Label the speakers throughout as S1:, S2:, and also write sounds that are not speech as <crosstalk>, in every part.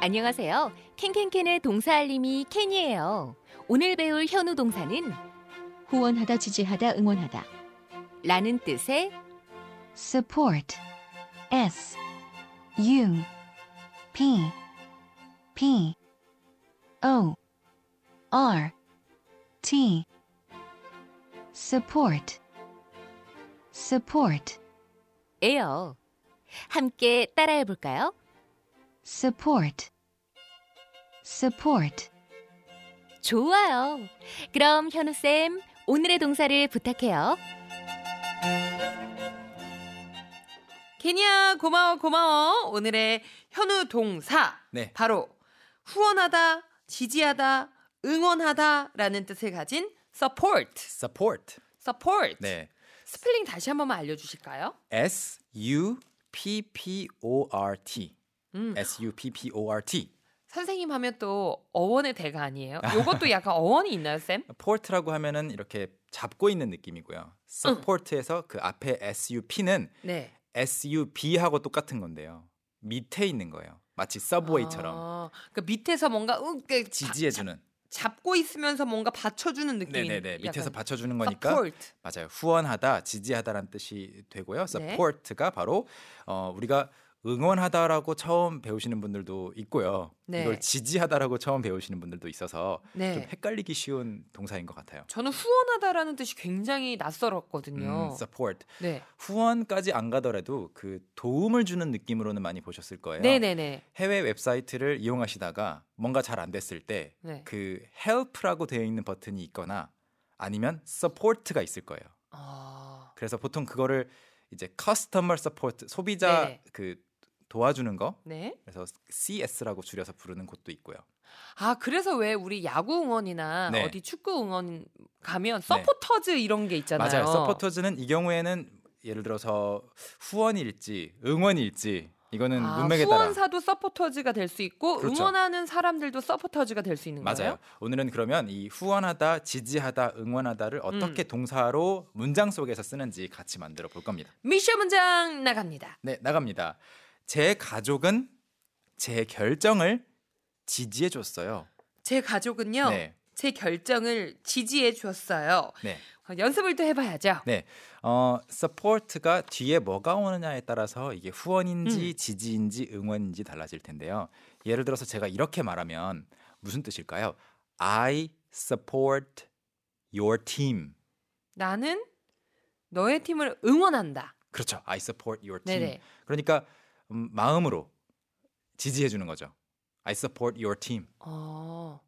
S1: 안녕하세요. 캔캔캔의 동사 알림이 캔이에요. 오늘 배울 현우 동사는
S2: 후원하다 지지하다 응원하다
S1: 라는 뜻의
S2: support s u p p o r t support support
S1: 에요. 함께 따라해 볼까요?
S2: support support
S1: 좋아요. 그럼 현우쌤, 오늘의 동사를 부탁해요.
S3: 케냐 고마워 고마워 오늘의 현우 동사
S4: 네.
S3: 바로 후원하다 지지하다 응원하다라는 뜻을 가진 support
S4: support.
S3: support
S4: 네.
S3: 스펠링 다시 한 번만 알려주실까요?
S4: S U P P O R T.
S3: 음.
S4: S U P P O R T.
S3: 선생님 하면 또 어원의 대가
S4: <laughs>
S3: 아니에요? 요것도 약간 어원이 있나요 쌤?
S4: port라고 하면은 이렇게 잡고 있는
S3: 음.
S4: 느낌이고요. support에서 그 앞에 S U P는
S3: 네
S4: S U B 하고 똑같은 건데요. 밑에 있는 거예요. 마치 subway처럼
S3: 아, 그러니까 밑에서 뭔가 응, 그,
S4: 지지해 주는.
S3: 잡고 있으면서 뭔가 받쳐주는 느낌이
S4: 네, 네, 네. 밑에서 받쳐 주는 거니까
S3: support
S4: 맞아요. 후원하다, 지지하다라는 뜻이
S3: 네.
S4: 되고요. support가 바로 어, 우리가 응원하다라고 처음 배우시는 분들도 있고요.
S3: 네.
S4: 이걸 지지하다라고 처음 배우시는 분들도 있어서
S3: 네.
S4: 좀 헷갈리기 쉬운 동사인 것 같아요.
S3: 저는 후원하다라는 뜻이 굉장히 낯설었거든요.
S4: 음, support
S3: 네.
S4: 후원까지 안 가더라도 그 도움을 주는 느낌으로는 많이 보셨을 거예요.
S3: 네네네.
S4: 해외 웹사이트를 이용하시다가 뭔가 잘 안 됐을 때 그
S3: 네.
S4: help라고 되어 있는 버튼이 있거나 아니면 support가 있을 거예요.
S3: 아,
S4: 그래서 보통 그거를 이제 커스터머 서포트 소비자
S3: 네.
S4: 그 도와주는 거
S3: 네.
S4: 그래서 CS라고 줄여서 부르는 곳도 있고요.
S3: 아, 그래서 왜 우리 야구 응원이나
S4: 네.
S3: 어디 축구 응원 가면 서포터즈 이런 게 있잖아요.
S4: 맞아요. 서포터즈는 이 경우에는 예를 들어서 후원일지 응원일지 이거는
S3: 아,
S4: 문맥에 따라
S3: 후원사도 서포터즈가 될 수 있고
S4: 그렇죠.
S3: 응원하는 사람들도 서포터즈가 될 수 있는
S4: 맞아요.
S3: 거예요.
S4: 오늘은 그러면 이 후원하다, 지지하다, 응원하다를
S3: 음.
S4: 어떻게 동사로 문장 속에서 쓰는지 같이 만들어 볼 겁니다.
S3: 미션 문장 나갑니다.
S4: 네, 나갑니다. 제 가족은 제 결정을 지지해 줬어요.
S3: 제 가족은요.
S4: 네.
S3: 제 결정을 지지해 주었어요.
S4: 네.
S3: 어, 연습을 또 해봐야죠.
S4: 네, 어, support가 뒤에 뭐가 오느냐에 따라서 이게 후원인지
S3: 음.
S4: 지지인지 응원인지 달라질 텐데요. 예를 들어서 제가 이렇게 말하면 무슨 뜻일까요? I support your team.
S3: 나는 너의 팀을 응원한다.
S4: 그렇죠. I support your team.
S3: 네네.
S4: 그러니까 음, 마음으로 지지해 주는 거죠. I support your team.
S3: 어.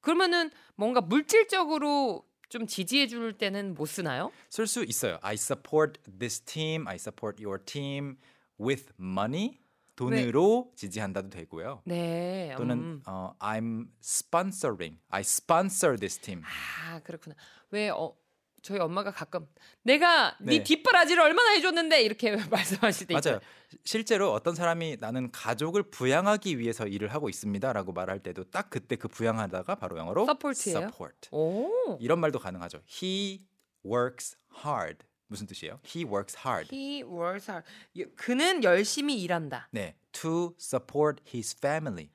S3: 그러면은 뭔가 물질적으로 좀 지지해 줄 때는 못 쓰나요?
S4: 쓸 수 있어요. I support this team. I support your team with money. 돈으로 지지한다도 되고요.
S3: 네.
S4: 또는
S3: 음.
S4: 어, I'm sponsoring. I sponsor this team.
S3: 아 그렇구나. 왜 어, 저희 엄마가 가끔 내가 네,
S4: 네.
S3: 뒷바라지를 얼마나 해줬는데 이렇게 <laughs> 말씀하실 때
S4: 맞아요.
S3: 있잖아요.
S4: 실제로 어떤 사람이 나는 가족을 부양하기 위해서 일을 하고 있습니다라고 말할 때도 딱 그때 그 부양하다가 바로 영어로
S3: Support예요?
S4: support.
S3: 오.
S4: 이런 말도 가능하죠. He works hard. 무슨 뜻이에요? He works hard.
S3: He works hard. 예, 그는 열심히 일한다.
S4: 네, to support his family.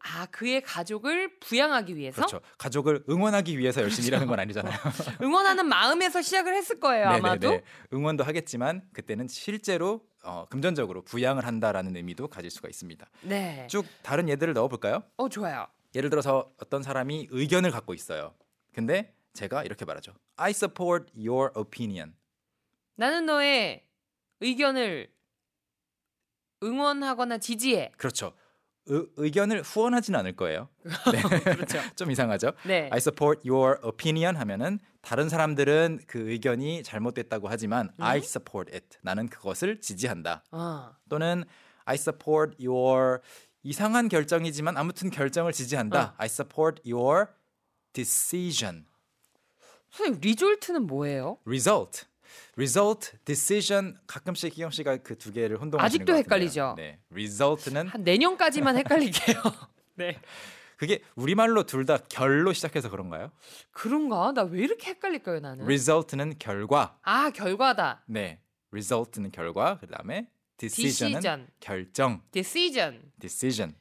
S3: 아 그의 가족을 부양하기 위해서
S4: 그렇죠. 가족을 응원하기 위해서 열심히 일하는 건
S3: <laughs>
S4: 아니잖아요.
S3: 응원하는 마음에서 시작을 했을 거예요 아마도.
S4: <laughs> 네네네. 응원도 하겠지만 그때는 실제로 어, 금전적으로 부양을 한다라는 의미도 가질 수가 있습니다.
S3: 네.
S4: 쭉 다른 예들을 넣어볼까요?
S3: 어 좋아요.
S4: 예를 들어서 어떤 사람이 의견을 갖고 있어요. 근데 제가 이렇게 말하죠. I support your opinion.
S3: 나는 너의 의견을 응원하거나 지지해.
S4: 그렇죠. 의, 의견을 후원하진 않을
S3: <laughs>
S4: 거예요. 네.
S3: 그렇죠.
S4: <laughs> 좀 이상하죠.
S3: 네.
S4: I support your opinion 하면은 다른 사람들은 그 의견이 잘못됐다고 하지만
S3: 음.
S4: I support it. 나는 그것을 지지한다.
S3: 어.
S4: 또는 I support your 이상한 결정이지만 아무튼 결정을
S3: 어.
S4: 지지한다. I support your decision.
S3: 선생님 리졸트는 뭐예요?
S4: result. result, decision 가끔씩 희영 씨가 그 두 개를 혼동하시는
S3: 아직도
S4: 것 같은데요.
S3: 헷갈리죠?
S4: 네. result는
S3: 한 내년까지만 헷갈릴게요. 네.
S4: 그게 우리말로 둘 다 결로 시작해서 그런가요?
S3: 그런가? 나 왜 이렇게 헷갈릴까요, 나는?
S4: result는 결과.
S3: 아, 결과다.
S4: 네. result는 결과. 그다음에 decision은
S3: Decision.
S4: 결정.
S3: decision.
S4: decision.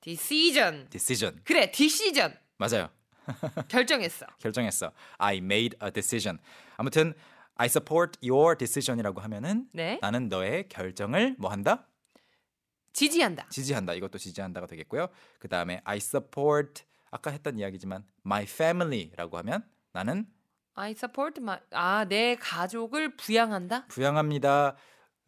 S3: decision.
S4: decision
S3: 그래, decision.
S4: 맞아요.
S3: 결정했어.
S4: 결정했어. I made a decision. 아무튼 I support your decision이라고 하면은
S3: 네.
S4: 나는 너의 결정을 뭐 한다?
S3: 지지한다.
S4: 지지한다. 이것도 지지한다가 되겠고요. 그 다음에 I support 아까 했던 이야기지만 my family라고 하면 나는
S3: I support my 아, 내 가족을 부양한다.
S4: 부양합니다.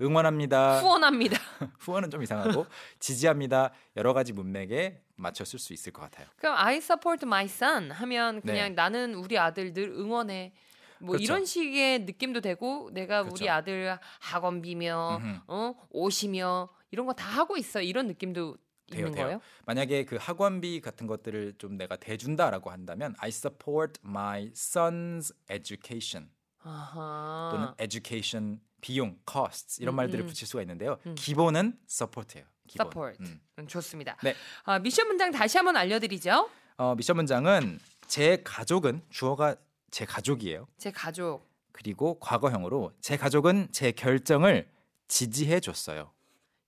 S4: 응원합니다.
S3: 후원합니다.
S4: 후원은
S3: <laughs>
S4: 좀 이상하고 지지합니다. 여러 가지 문맥에 맞춰 쓸 수 있을 것 같아요.
S3: 그럼 I support my son 하면 그냥
S4: 네.
S3: 나는 우리 아들 늘 응원해. 뭐
S4: 그렇죠.
S3: 이런 식의 느낌도 되고 내가 우리
S4: 그렇죠.
S3: 아들 학원비며
S4: 음흠.
S3: 어 옷이며 이런 거 다 하고 있어 이런 느낌도
S4: 돼요,
S3: 있는
S4: 돼요.
S3: 거예요?
S4: 만약에 그 학원비 같은 것들을 좀 내가 대준다라고 한다면 I support my son's education
S3: 아하.
S4: 또는 education 비용 costs 이런
S3: 어. 음,
S4: 말들을
S3: 음.
S4: 붙일 수가 있는데요.
S3: 음.
S4: 기본은 support예요. 기본.
S3: support.
S4: 음.
S3: 음, 좋습니다.
S4: 네.
S3: 아, 미션 문장 다시 한번 알려드리죠.
S4: 어, 미션 문장은 제 가족은 주어가 제 가족이에요.
S3: 제 가족
S4: 그리고 과거형으로 제 가족은 제 결정을 지지해 줬어요.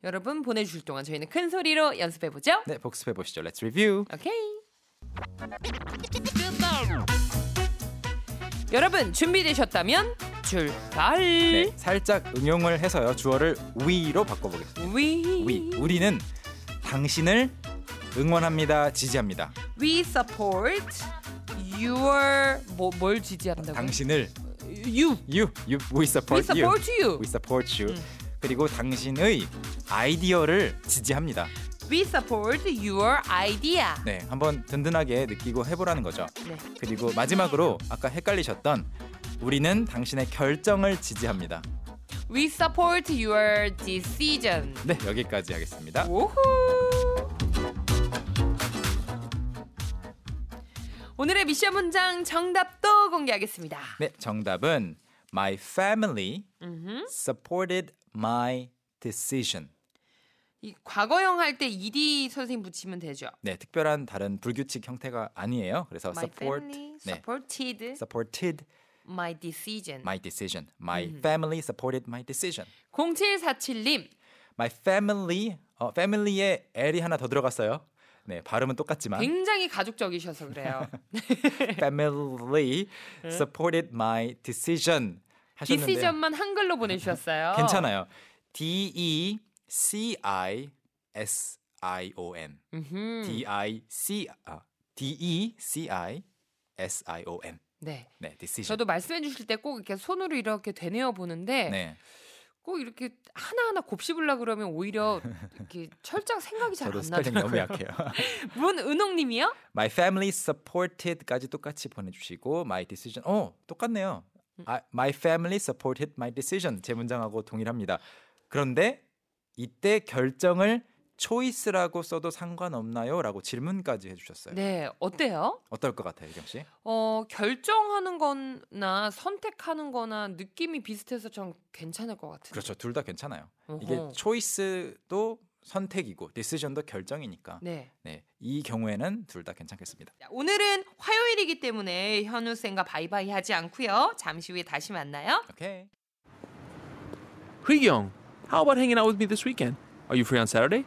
S3: 여러분 보내주실 동안 저희는 큰 소리로 연습해 보죠.
S4: 네, 복습해 보시죠. Let's review.
S3: 오케이. 여러분 준비되셨다면 출발.
S4: 네, 살짝 응용을 해서요. 주어를 we로 바꿔보겠습니다.
S3: We,
S4: we 우리는 당신을 응원합니다 지지합니다
S3: we support your 뭐 뭘 지지한다고?
S4: 당신을
S3: You.
S4: you you we
S3: We
S4: support you
S3: support 음. you.
S4: we support you 그리고 당신의 아이디어를 지지합니다
S3: We support your idea.
S4: 네 한번 든든하게 느끼고 해보라는 거죠
S3: 네.
S4: 그리고 마지막으로 아까 헷갈리셨던 우리는 당신의 결정을 지지합니다
S3: We support your decision.
S4: 네 여기까지 하겠습니다
S3: 오호. 오늘의 미션 문장 정답도 공개하겠습니다.
S4: 네 정답은 my family
S3: 음흠.
S4: supported my decision
S3: 이 과거형 할 때 ed 선생님 붙이면 되죠.
S4: 네, 특별한 다른 불규칙 형태가 아니에요. 그래서
S3: My
S4: support,
S3: family
S4: 네,
S3: supported
S4: supported
S3: my decision.
S4: my decision. My
S3: 음.
S4: family supported my decision.
S3: 0747님
S4: My family, 어, family에 L이 하나 더 들어갔어요. 네, 발음은 똑같지만
S3: 굉장히 가족적이셔서
S4: <laughs>
S3: 그래요. <laughs>
S4: family supported my decision 하셨는데
S3: decision만 한글로 보내주셨어요.
S4: 괜찮아요. D E C I S I O N.
S3: 음흠.
S4: D I C 아, D E C I S I O N.
S3: 네.
S4: 네, decision.
S3: 저도 말씀해 주실 때 꼭 이렇게 손으로 이렇게 되뇌어 보는데
S4: 네.
S3: 꼭 이렇게 하나하나 곱씹으려 그러면
S4: <laughs>
S3: 오히려 이렇게 철저하게 생각이 잘
S4: 저도
S3: 안
S4: 스펠링 너무
S3: 나더라고요.
S4: 약해요.
S3: <laughs> 문은옥 님이요?
S4: My family supported까지 똑같이 보내주시고 my decision. 어 똑같네요.
S3: 음.
S4: I, my family supported my decision 제 문장하고 동일합니다. 그런데 이때 결정을 choice라고 써도 상관없나요?라고 질문까지 해주셨어요.
S3: 네. 어때요?
S4: 어떨 것 같아요, 유경 씨?
S3: 어, 결정하는 거나 선택하는 거나 느낌이 비슷해서 전 괜찮을 것 같은데.
S4: 그렇죠, 둘 다 괜찮아요.
S3: 어허.
S4: 이게 choice도 선택이고 decision도 결정이니까.
S3: 네.
S4: 네, 이 경우에는 둘 다 괜찮겠습니다.
S3: 자, 오늘은 화요일이기 때문에 현우 쌤과 바이바이 하지 않고요. 잠시 후에 다시 만나요.
S4: 오케이.
S5: Young, how about hanging out with me this weekend? Are you free on Saturday?